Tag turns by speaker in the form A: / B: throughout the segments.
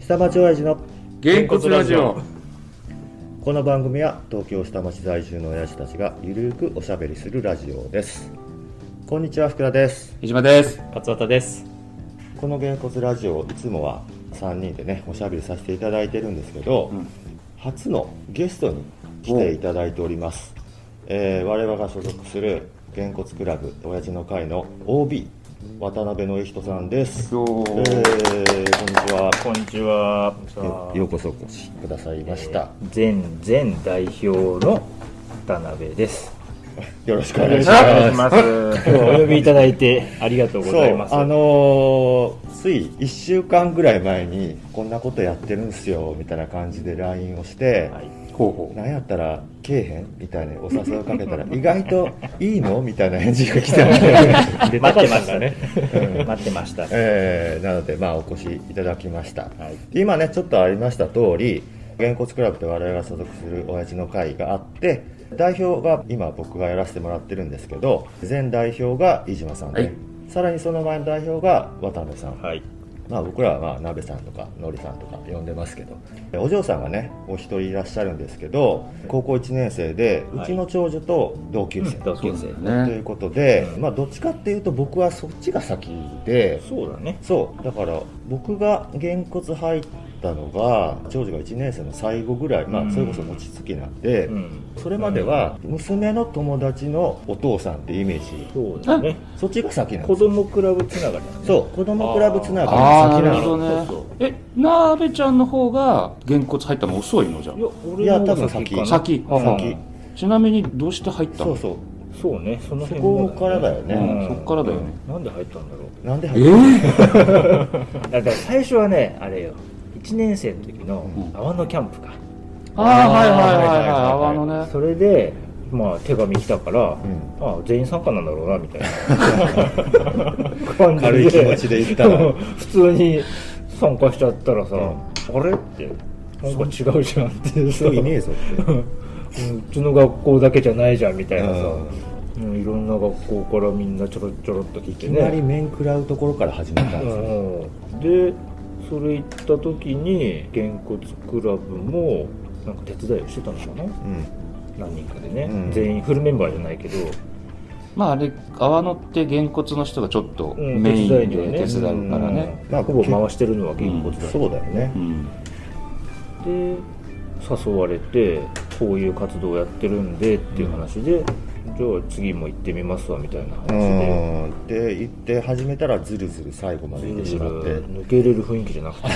A: 下町親父の
B: げんこつラジオ
A: この番組は東京下町在住の親父たちがゆるーくおしゃべりするラジオですこんにちは福田です
B: 飯島です
C: 勝俣です。
A: このげんこつラジオいつもは3人でねおしゃべりさせていただいてるんですけど、
B: ん
A: 初のゲストに来ていただいております、えー我々が所属するげんこつクラブ親父の会の OB 渡辺の人さんです、え
B: よ
A: ー、こ
B: ー
A: んにちは
C: こんにちは。
A: よようこそお越しくださいました、
C: 前前代表の田辺です。
A: よろしくお願いし
B: よろしくお
A: ます
C: ます。今日はお呼びいただいてありがとうご
A: そ
C: ざいうます。
A: あのーつい1週間ぐらい前にこんなことやってるんですよみたいな感じで LINE をして、
C: はい、
B: ほうほ
A: なんやったらけえへんみたいなお誘いをかけた ら意外といいのみたいな返事が来たので、
C: 待ってましたね。待ってました。
A: えーなのでまあお越しいただきました、
C: はい
A: で今ねちょっとありました通りげんこつクラブと我々が所属する親父の会があって代表が今僕がやらせてもらってるんですけど前代表が飯島さんで、
B: はい
A: さらにその前の代表が渡辺さん、
C: はい。
A: まあ、僕らはまあ鍋さんとかのりさんとか呼んでますけどお嬢さんがねお一人いらっしゃるんですけど高校1年生でう
C: はい
A: ちの長女と同級生、
C: 同級生
B: う
A: とい
B: ね
A: うことで、まあ、どっちかっていうと僕はそっちが先で
C: そうだね。
A: そうだから僕がげんこつ入ったのが長女が1年生の最後ぐらい、ま
C: う
A: あ、
C: ん
A: それこそ餅つきなんで、
C: うん。
A: それまでは娘の友達のお父さんってイメージ
C: そうだね。
A: そっちが先なん
C: 子
A: です
C: 供クラブつながりだね。
A: そう子供クラブつながり
B: あ
A: の
B: あ
A: 先
B: な
A: なの
B: るほどねえなーべちゃんの方がげんこつ入ったの遅いのじゃ
C: いや、
A: い
C: 俺
A: や
C: の
A: 多
C: 方
A: 分
C: が
A: 先
C: 先かな。
B: 先
C: うん
A: 先
B: ちなみにどうして入った
A: そ
B: の
A: うそう
C: そうね。その辺
A: そ
C: も
A: こからだよね
C: うん
B: そっからだよね。
C: なんで入ったんだろう。
A: なんで
B: え
A: 入っ
B: ー、
C: だから最初はねあれよ1年生の時の
B: うん
C: 阿波野キャンプか、
B: ああはいはいはいはい
A: はい
B: 泡のね
C: それでまあ手紙来たから、
A: ん
C: あ全員参加なんだろうなみたい な感じで
A: 軽い気持ちで行ったら
C: 普通に参加しちゃったらさ、あれってなんか違うじゃんって
A: 人いねえぞって
C: うんうちの学校だけじゃないじゃんみたいなさ、
A: うん
C: うんいろんな学校からみんなちょろちょろっと来
A: い
C: て
A: き
C: ね
A: なり面食らうところから始めたんですよ、
C: うんでそれ行った時にげんこつクラブもなんか手伝いをしてたのかな
A: うん
C: 何人かでね、
A: うん
C: 全員フルメンバーじゃないけど
B: まああれ泡のってげんこつの人がちょっと
C: うん
B: メインで
C: 手伝いには
B: 手
C: ね
B: 伝うからね
A: まあ
C: ほぼ回してるのはげんこつだ、
A: そうだよね
B: う、ん
C: で誘われてこういう活動をやってるんでっていう話で、じゃあ次も行ってみますわみたいな話
A: う
C: で。
A: んで行って始めたらずるずる最後までいてしまって
C: 抜けれる雰囲気じゃなくて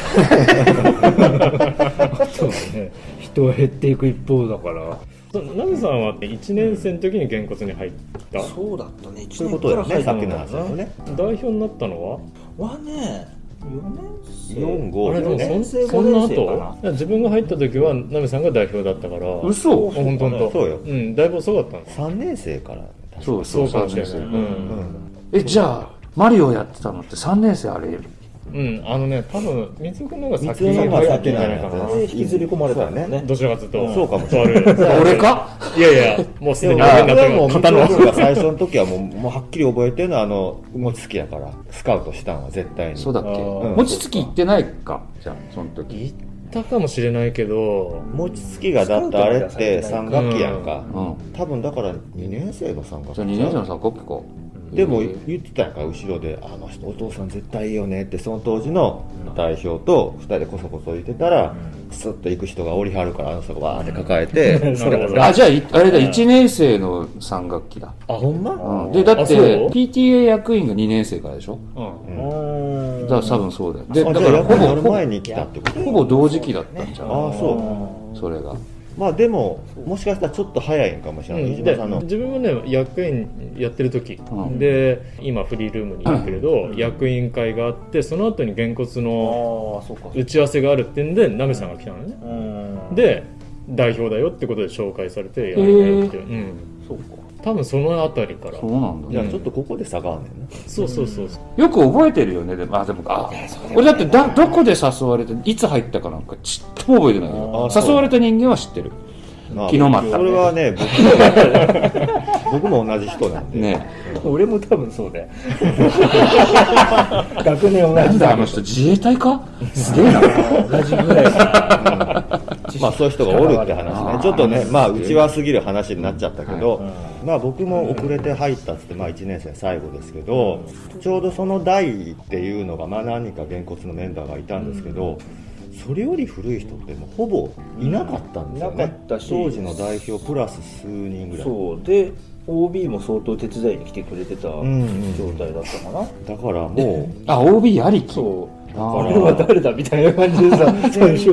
C: そうね人は減っていく一方だから
D: そうナムさんは1年生の時にげんこつに入った、
C: そうだったね
A: そういうことだよねさっきの話だよね
D: 代表になったのは
C: はね4年生
A: 4 5
D: あれでも
A: だよ
C: 先
A: ね
C: 生
D: そんな
C: 5年生か
D: 後自分が入った時はナムさんが代表だったからあ
B: 嘘
D: 本当本当
A: そうよ
D: んだいぶ遅かったんです
A: 3年生からだった
B: そうそう
D: か
B: 3
D: もしれ
B: 年
D: ない
B: 生、
A: うん
B: えじゃあマリオやってたのって3年生あれ
D: うん、うん、あのね多分三つ君の方が
A: 三
D: 先
A: つの
D: に入
A: 方が
D: ったん
A: 先
D: じ
A: な
D: ゃ
A: ん
D: ない
A: や
D: か
A: った
D: な
C: で引きずり込まれたんだよ
A: そうだ
C: ね
D: どちらかというと、
A: うんそうかもしれ
D: ない
B: 俺か
D: いやいやもうすでに
A: でも
D: 俺
A: 僕
D: になって
A: は
D: る
A: もう三
D: 肩の
A: つが最初の時はもうもうはっきり覚えてるのはあの餅つきやからスカウトしたんは絶対に
B: そうだっけ
D: あー
B: 餅つき行ってないかじゃあその時
D: 行ったかもしれないけど
A: 餅つきがだってあれって3学期やんか、
B: うん
A: 多分だから2年生の3学期
B: じゃあ2年生のさコピコ
A: でも言ってたやんか後ろで「あの人お父さん絶対いいよね」ってその当時の代表と2人でこそこそ言ってたらスッと行く人がおりはるからあの人がわーって抱えて
D: な るほど
B: あじゃあいあれだ1年生の3学期だ、
A: あほんま
B: うん、でだっ
D: あ
B: て
D: そう
B: PTA 役員が2年生からでしょ
D: うん
B: だから多分そうだよで
A: あ
B: だ
A: じ
B: か
A: ゃあ
B: ら
A: 役
B: ほ
A: にな
B: ぼ
A: る
B: ほぼ
A: 前に来たってこと
B: ほぼ同時期だったんじゃん
A: ああそう
B: それが
A: まあでももしかしたらちょっと早いんかもしれ
D: う
A: ない
D: ん、
A: 飯
D: で
A: 島さんの
D: 自分もね役員やってる時、
B: うん
D: で今フリールームにいるけれど、役員会があってその後にげんこつの
C: ああそうか
D: 打ち合わせがあるってんでナメさんが来たのね、
C: うん
D: で代表だよってことで紹介されてやるよって、うん、
C: そうか
D: 多分その辺りから
B: そうなんだ
A: じゃあちょっとここで差があんねんな
D: そうそうそう
B: よく覚えてるよねでもあでもあ俺だってだどこで誘われていつ入ったかなんかちっとも覚えてないけ
A: あ
B: ど
A: ー
B: 誘われた人間は知ってる
A: まあ
B: 昨日もあった
A: それはね僕僕も同じ人なん で、
B: ね
C: 俺も多分そう だよ学年同
B: なん
C: じ
B: だ
C: だ
B: あの人自衛隊かすげえな
C: 同じぐらい
A: まあ、そういう人がおるって話
B: あー
A: ねちょっとねまあうちわすぎる話になっちゃったけど、まあ、僕も遅れて入ったっつって、まあ、1年生最後ですけどちょうどその代っていうのが、まあ、何人かげんこつのメンバーがいたんですけど、それより古い人ってもうほぼいなかったんですよね、
C: いなかったし
A: 当時の代表プラス数人ぐらい
C: そうで OB も相当手伝いに来てくれてた状
A: んうん
C: 態だったかな、
A: だからも う
B: あ OB ありき
C: そう
B: あ
C: こ
B: ー
C: れは誰だみたいな感じでさ最初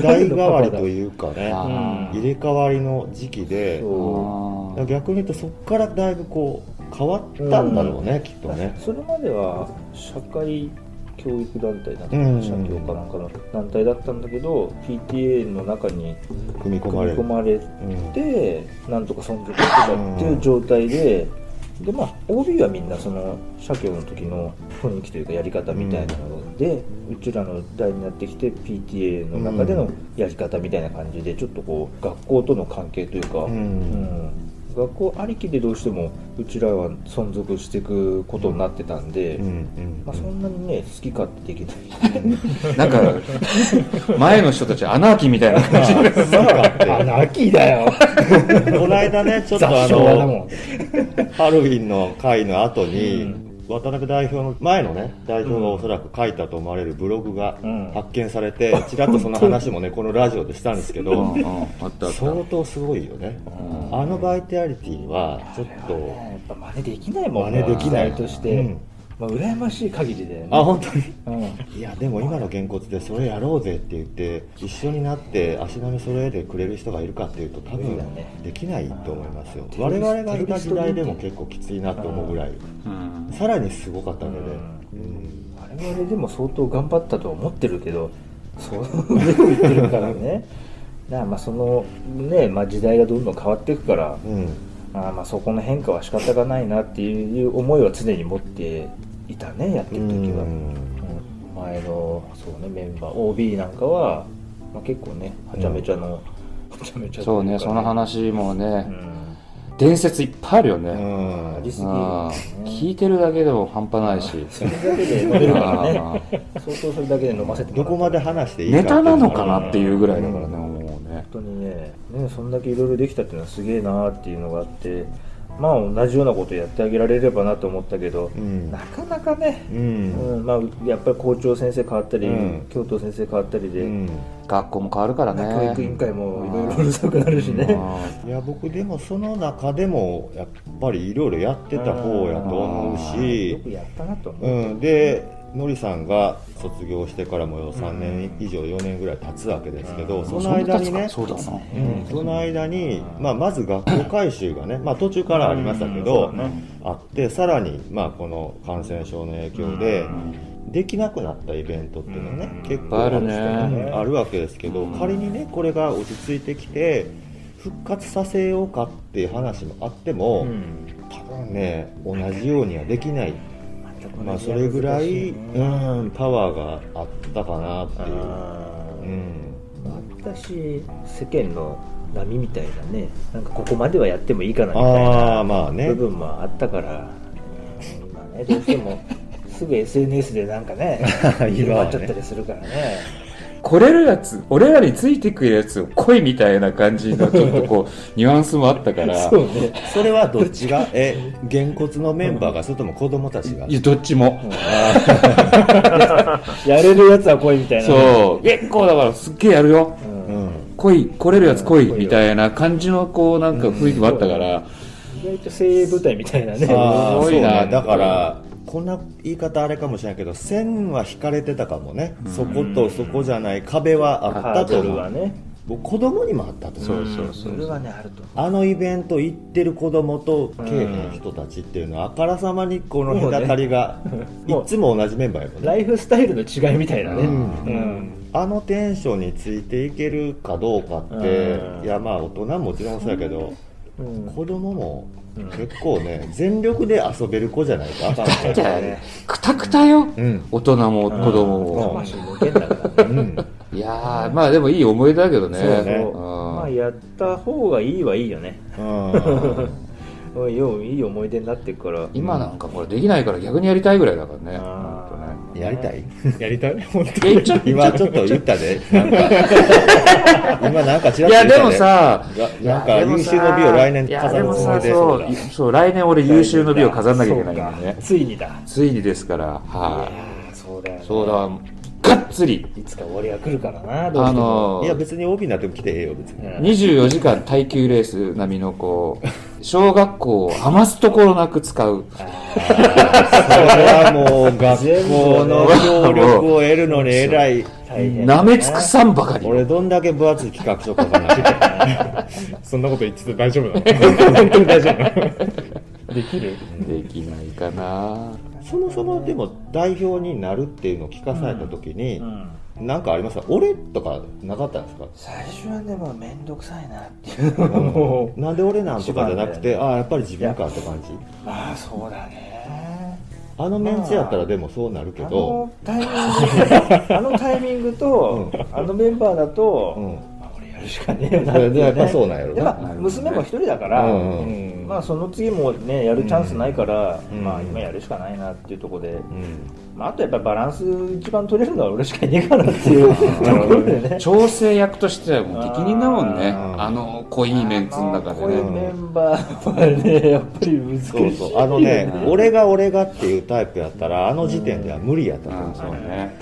A: 代替わりというかね
B: あー
A: 入れ替わりの時期で
C: そ
A: だ
B: あ
A: から逆に言うとそこからだいぶこう変わったんだろうね、きっとね
C: うそれまでは社会教育団体なんか
A: うん
C: 社協かなんかの団体だったんだけど PTA の中に
A: 組み込まれ
C: 組み
A: る
C: 込まれ
A: うん
C: でなんとか存続してたっていう状態で、でまあ OB はみんなその社協の時の雰囲気というかやり方みたいなので、うちらの代になってきて PTA の中でのやり方みたいな感じでちょっとこう学校との関係というか、
A: う
C: うんん学校ありきでどうしてもうちらは存続していくことになってたんで、
A: うんうん
C: まあ、そんなにね好き勝手できない
B: ーなんか前の人たちアナーキーみたいな感じ
C: あの秋だよ
A: この間ねちょっとあ
C: 雑草だも
A: の
C: ん
A: ハロウィンの会の後に、渡辺代表の前のね代表がおそらく書いたと思われるブログが
C: うん
A: 発見されて、ちらっとその話もねこのラジオでしたんですけ
B: う
A: ど
B: んうんあったあった
A: 相当すごいよね、あのバイタリティはちょっと
C: やっぱ真似できないもん
A: 真似できない
C: 時代として、
A: うん
C: まあ羨ましい限りだよね
A: あ本当に
C: うん
A: いやでも今のげんこつでそれやろうぜって言って一緒になって足並み揃えてくれる人がいるかっていうと多
C: そう
A: 分
C: だね
A: できないと思いますよ
C: テロ
A: 我
C: リス
A: 々がいた時代でも結構きついなと思うぐらい
B: うん
A: さらにすごかったわけで、
C: 我々でも相当頑張ったとは思ってるけどそういうこと言ってるからね だからまあそのね、まあ、時代がどんどん変わっていくから
A: うん
C: ああまあそこの変化は仕方がないなっていう思いは常に持っていたねやっ
A: う
C: てる
A: ん
C: 時は、うん前のそう、ね、メンバー OB なんかは、まあ、結構ねはちゃめちゃの、はちゃめちゃ
B: そうね
C: とい
B: そ
C: か
B: の話も
C: う
B: ね
C: ん
B: 伝説いっぱいあるよね、
A: うん
C: ありすぎ
B: う
C: る
B: ん
C: よね
B: 聞いてるだけでも半端ないし
C: それだけで飲めるか らね相当それだけで飲ませてもら
A: ど
C: った
A: こまで話していいか
B: ネ
A: ってい
B: タ
A: うが
B: なのかなっていうぐらいだからね、もうね
C: 本当にねねそんだけいろいろできたっていうのはすげえなーっていうのがあってまあ同じようなことやってあげられればなと思ったけど、
A: うん
C: なかなかね、
A: う
C: うんんまあ、やっぱり校長先生変わったり、
A: うん
C: 教頭先生変わったりで、
A: うん
B: 学校も変わるからね
C: 教育委員会もいろいろうるさくなるしね、
B: う
A: いや僕でもその中でもやっぱりいろいろやってた方やと思うし
C: よくやったなと思う、
A: うん、で、のりさんが卒業してからも3年以上、4年ぐらい経つわけですけど、
C: うん
A: そ
B: ん
A: の間にね、
B: そうだな
A: うんその間に、まあ、まず学校改修がね、まあ、途中からありましたけど、
C: うんそうだね
A: あって、さらに、まあ、この感染症の影響で、できなくなったイベントっていうのはね、結構
B: あるね
A: うんあるわけですけど、仮にね、これが落ち着いてきて、復活させようかっていう話もあっても、多分ね、同じようにはできない。
C: 全く
A: ま
C: 同
A: あ
C: じ
A: そ
C: や
A: れ
C: つ
A: ぐら
C: だし
A: い、
C: ね
A: うん、パワーがあったかなっていう、
C: あー
A: うん、
C: 私世間の波みたいなねなんかここまではやってもいいかなみたい
A: ああ
C: な
A: まあね
C: 部分もあったから、うんまあね、どうしてもすぐ SNS でなんか ね広まっちゃったりするからね
B: 来れるやつ俺らについてくるやつを来いみたいな感じのちょっとこうニュアンスもあったから
C: そうね
A: それはどっちがえげんこつのメンバーがそれとも子供たちが
B: いやどっちも
C: やれるやつは来いみたいなね、
B: そう結構だからすっげえやるよ
C: うん
A: うん
B: 来い来れるやつ来い
C: 来いよ
B: みたいな感じのこうなんか雰囲気もあったから
C: 意外と精鋭部隊みたいなね
A: あー
B: すごいな
A: そうねだからこんな言い方あれかもしれないけど線は引かれてたかもね、そことそこじゃない壁はあ
C: ハ
A: った
C: ー
A: と
C: ド
A: 思
C: ル
A: う
C: はね
A: 僕子供にもあったと思う
B: そう
C: それはねあると
A: あのイベント行ってる子供と経営の人たちっていうのはあからさまにこの隔たりが、い
C: もうね
A: つも同じメンバーやもんね
C: ライフスタイルの違いみたいなね、
A: うん
C: うん
A: あのテンションについていけるかどうかって、
C: うん
A: いやまあ大人ももちろんそうやけど、
C: うん
A: 子供も結構ね、全力で遊べる子じゃないとあかんね
B: じゃあくたくたよ
A: うん
B: 大人も子供も
C: 魂のけんだからね
A: うん
B: いやーまあでもいい思い出だけどね
A: そうね
B: ん
C: まあやった方がいいはいいよね
A: うん
D: うんよういい思い出になってるから
B: 今なんかこれできないから逆にやりたいぐらいだからね。
D: あー
B: ほんと
A: やりたい
C: やりたい本当
B: ねえちょっ と
A: 今ちょっと言ったで。なんか今なんかちら
B: い
A: っと言
B: や
A: った
B: でもさ、
A: ななんか優秀の美を来年飾るつもりで
B: いやでもさそうそう来年俺優秀の美を飾んなきゃいけない
D: そ
B: か
D: う
B: ら
D: か
B: ね
D: ついにだ
B: ついにですからはい
D: やーそうだよ、ね、
B: そうだわがっつり
D: いつか終わりが来るからなどうし
B: あ
D: ても
B: の
A: いや別に帯になっても来てええよ別に。
D: うん
B: 24時間耐久レース並みのこう小学校を余すところなく使う
A: それはもう学校の協力を得るのにえらい。
D: 大変だ
B: なめ尽くさんばかり
A: 俺どんだけ分厚い企画書書かなきゃ
C: そんなこと言ってて大丈夫 なの本当に大丈夫なのできる
B: できないかな
A: そもそもでも代表になるっていうのを聞かされた時に
D: う、ん
A: なんかありますか俺とかなかったんですか
D: 最初はねもう面倒くさいなっていうもう
A: なんで俺なんとかじゃなくて、ああ、やっぱり自分かって感じ。
D: まあそうだね
A: あのメンツやったらでもそうなるけ
D: あ
A: ど
D: の、タイミングあのタイミングと、あのメンバーだと、
A: うん。
D: まあ俺やるしかねえよなっ
A: それ
D: ていう
A: で
D: ね
A: やっぱそうなんやろ
D: やっ
A: な。
D: ぱ娘も一人だから、
A: うんうん
C: うん
D: まあその次もねやるチャンスないから、
A: うん
D: まあ今やるしかないなっていうところで、
A: うん。
D: まあ、あとやっぱバランス一番取れるのは俺しかいねえからっていう ところで ね
B: 調整役としてはもう適任だもんね
A: あー
B: あの濃いメンツの中で
D: あのこういう
B: ね
D: メンバーはねやっぱり難しい
A: そうそう。あのね、俺が俺がっていうタイプやったら、あの時点では無理やったと思う
B: うんん
A: です
B: そ
A: よ
B: うね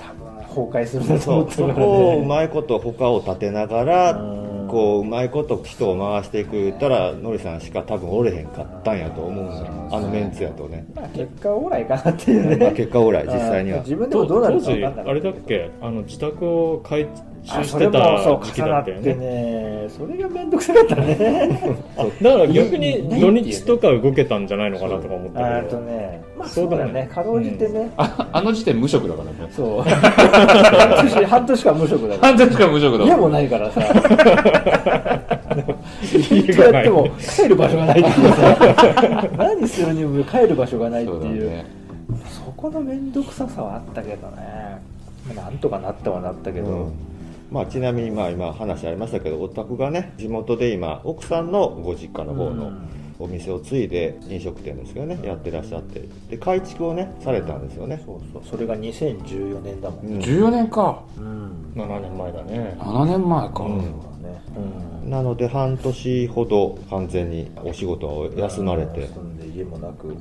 D: 崩壊するなと
A: そ
D: 思っ
A: う
D: て
A: そ
D: たから
A: こをう
D: ね
A: まいこと他を立てながら
D: うん
A: こううまいこと人を回していく言ったらノリさんしか多分おれへんかったんやと思うんですよあのメンツやとね、
D: まあ結果オーライかなっていう
A: まあ、
D: ね
A: 結果オーライ実際に
D: あ
A: は
D: 自分でもどうなるか
C: 当
D: 分
C: 時
D: かんない
C: あれだっけあの自宅を改
D: あ
C: 修し
D: それ
C: て
D: もそう
C: た時期
D: 重
C: だ
D: なっ
C: ったよ
D: て
C: ね
D: ねそれが面倒くさかったね
C: あだから逆に土日とか動けたんじゃないのかなとか思っ
D: あー
C: た
D: っ
C: け
D: と
C: ど
D: ねまあ
C: そ
D: そうう
C: だね
D: だねかろうじてね、
B: ああの時点無職だから ね
D: そう半年半年間無職だから
B: 半年間無職だ
D: 家
B: も
D: も
B: ん
D: ないからさ
C: 家
D: 家
C: がな
D: がないいやっても帰る場所がないっていうさ 何するにも帰る場所がないって
B: そうだ
D: いうそ
B: ね
D: この面倒くささはあったけどねなんとかなったはなったけど、
A: うんまあ、ちなみにまあ今話ありましたけどお宅がね地元で今奥さんのご実家の方
D: う
A: の
D: ん
A: お店を継いで飲食店ですよねやってらっしゃってで改築をねされたんですよね
D: そうそうそれが2014年だもん、
A: うん
B: 14年か
D: うん
C: 7年前だね
B: 7年前か、
A: うん
D: そうだねうん
A: なので半年ほど完全にお仕事を休まれて
D: 休んで家もなく、
A: うん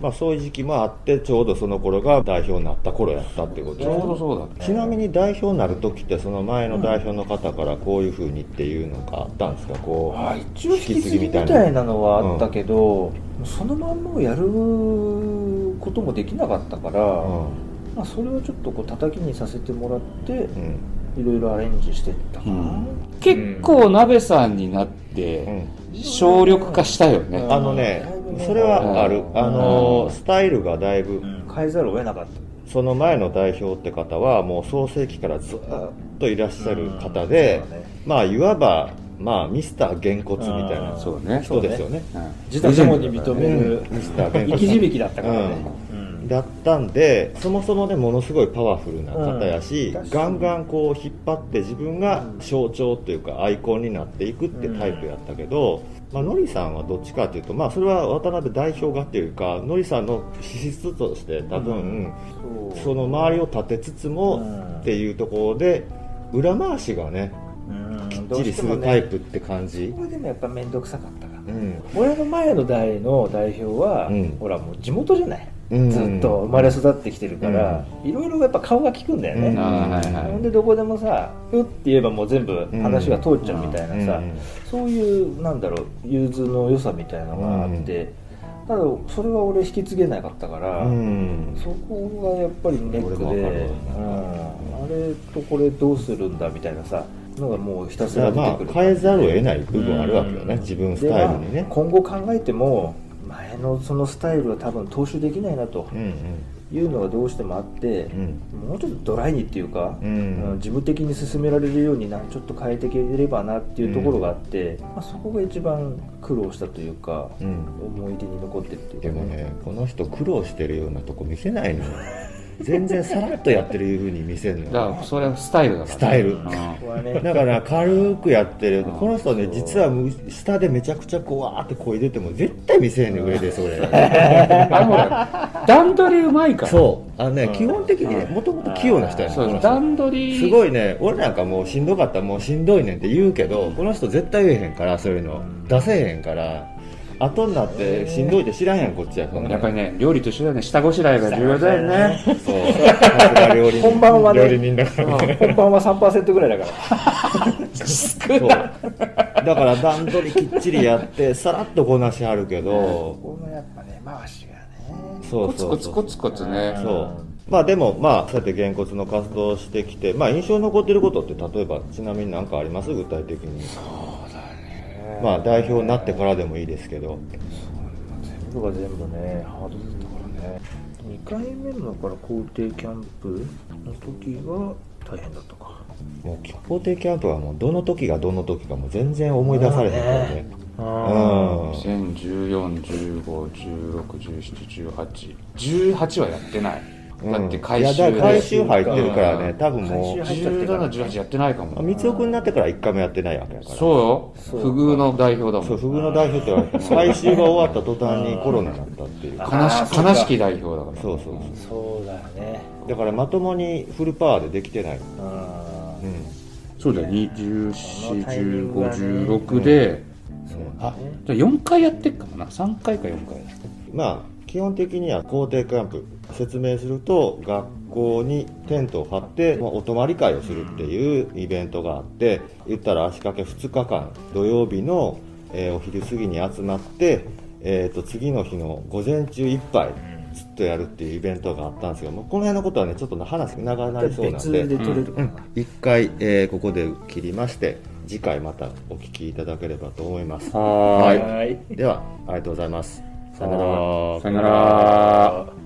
A: まあ、そういう時期もあってちょうどその頃が代表になった頃やったってことで
B: ちょうどそうだった
A: ちなみに代表になる時ってその前の代表の方からこういうふうにっていうのがあったんですかこう
D: あ一応引き継ぎみたいなのはあったけど、そのまんまをやることもできなかったから、
A: うん
D: まあ、それをちょっとこう叩きにさせてもらって
A: うん
D: いろいろアレンジしてったかな、
B: うん結構鍋さんになって、
A: うん
B: 省力化したよね、
D: うん
A: あのねそれはある
D: うん
A: あのスタイルがだいぶ
D: 変えざるを得なかった
A: その前の代表って方はもう創世期からずっといらっしゃる方で
D: うんそうだね
A: まあいわばまあミスターげんこつみたいな
D: うん
B: そうね
A: 人ですよね
B: うん
D: 自他ともに認める
A: ミスターげんこ
D: 生
A: つ
D: き字引だったからね、うん
A: だったんでそもそもねものすごいパワフルな方やし、
D: うん確か
A: ガ
D: に
A: ンガンこう引っ張って自分が象徴というかアイコンになっていくってタイプやったけど、まあのりさんはどっちかというとまあそれは渡辺代表がっていうかのりさんの資質として多分、
D: そ
A: そ
D: う
A: の周りを立てつつ
D: うん
A: もっていうところで裏回しがね
D: うん
A: きっ
D: ど
A: ち
D: う
A: り
D: して
A: す
D: も
A: る
D: ね
A: タイプって感じ
D: こ。れでもやっぱ面倒くさかったから
A: うん
D: 俺の前の代の代表は、
A: うん
D: ほらもう地元じゃない、
A: うん
D: ずっと生まれ育ってきてるから、いろいろやっぱ顔が利くんだよね、
A: うん
B: あーはい
D: ほ
B: は
D: ん
B: い
D: でどこでもさ「うっ」て言えばもう全部話が通っちゃうみたいなさ、
A: うんうん
D: そういうなんだろう融通の良さみたいなのがあって、ただそれは俺引き継げなかったから、
A: うん
D: そこがやっぱりネックで、
A: 俺もわかる
D: うんあれとこれどうするんだみたいなさのがもうひたす
A: だから
D: ら出
A: ま
D: て
A: あ
D: くる
A: 変えざるを得ない部分あるわけよね、
C: うん
A: 自分ス
D: で
A: タイルにね
D: まあ、今後考えても前のそのスタイルは多分踏襲できないなと
A: うん
D: いうのがどうしてもあって、
A: うん
D: もうちょっとドライにっていうか、
A: う
D: うん
A: ん
D: 事務的に進められるようになちょっと変えていければなっていうところがあって、まあ、そこが一番苦労したというか、
A: うん
D: 思い出に残ってるっていうか
A: でもねこの人苦労してるようなとこ見せないのよ全然さらっとやってるふうに見せるのよ
B: だからそれはスタイルだから
A: スタイル
B: うん
C: こはね
A: だから軽くやってる
B: うん
A: この人ね実は下でめちゃくちゃこうわーって声出ても絶対見せへんね上でそ れ
B: あのほら段取りうまいから
A: そうあのね
D: ん
A: 基本的にねもともと器用な人やねん
B: そう
A: この人
B: 段取り
A: すご
B: い
A: いね俺なんかもうしんどかったらもうしんどいねんって言うけどこの人絶対言えへんからそういうの出せへんから後になってしんどいって知らんやんこっちやそんな
B: やっぱりね料理と一緒だよね下ごしらえが重要だよね
A: そうさすが料理人
C: 本番は
D: 料理
C: ね
D: 人だからね
C: 本番は3%ぐらいだから
A: そうだから段取りきっちりやってさらっとこなしはるけど
C: このやっぱね回しがね
A: そ
B: コ
A: う
B: ツ
A: そう
B: コツコツコツね
A: そうまあでもまあそうやってげんこつの活動をしてきてまあ印象に残ってることって例えばちなみに何かあります具体的にそうだねまあ代表になってからでもいいですけど
C: 全部が全部ねハードだったからね2回目のだから校庭キャンプの時は大変だったか
A: もう基本的キャンプはもうどの時がどの時かもう全然思い出されへんからねうん
B: 201416171818はやってない
A: うん
B: だって回収
A: いやだから回収
B: で
A: 入ってるからね
B: うん
A: 多分も
C: 回収入っちゃってから
B: 1718やってないか
A: う
B: も
A: 三尾君になってから1回もやってないわけやから
B: そうよ
C: そう
B: 不遇の代表だも
A: そうん不遇の代表っ て言われて回収が終わった途端にコロナになったっていう
B: 悲し悲しき代表だから
A: そうそうそう
C: そうだよね
A: だからまともにフルパワーでできてない、
C: あ
A: うん
B: そうだよ
C: このタイミングがね
B: 241516で
C: そう
B: あ
C: だね
B: じゃあ4回やってっかもな3回か4回
A: まあ基本的には校庭キャンプ説明すると学校にテントを張って、まあお泊まり会をするっていうイベントがあって言ったら足掛け2日間土曜日の、えーお昼過ぎに集まって、えー、と次の日の午前中いっぱいずっとやるっていうイベントがあったんですけどもうこの辺のことはねちょっと話長くなりそうなん
C: 別
A: で
C: で取れるかな、
A: 一回、えーここで切りまして次回またお聞きいただければと思います
B: は
A: は
B: ーい
A: い
C: はい
A: ではありがとうございますさよなら
B: さよなら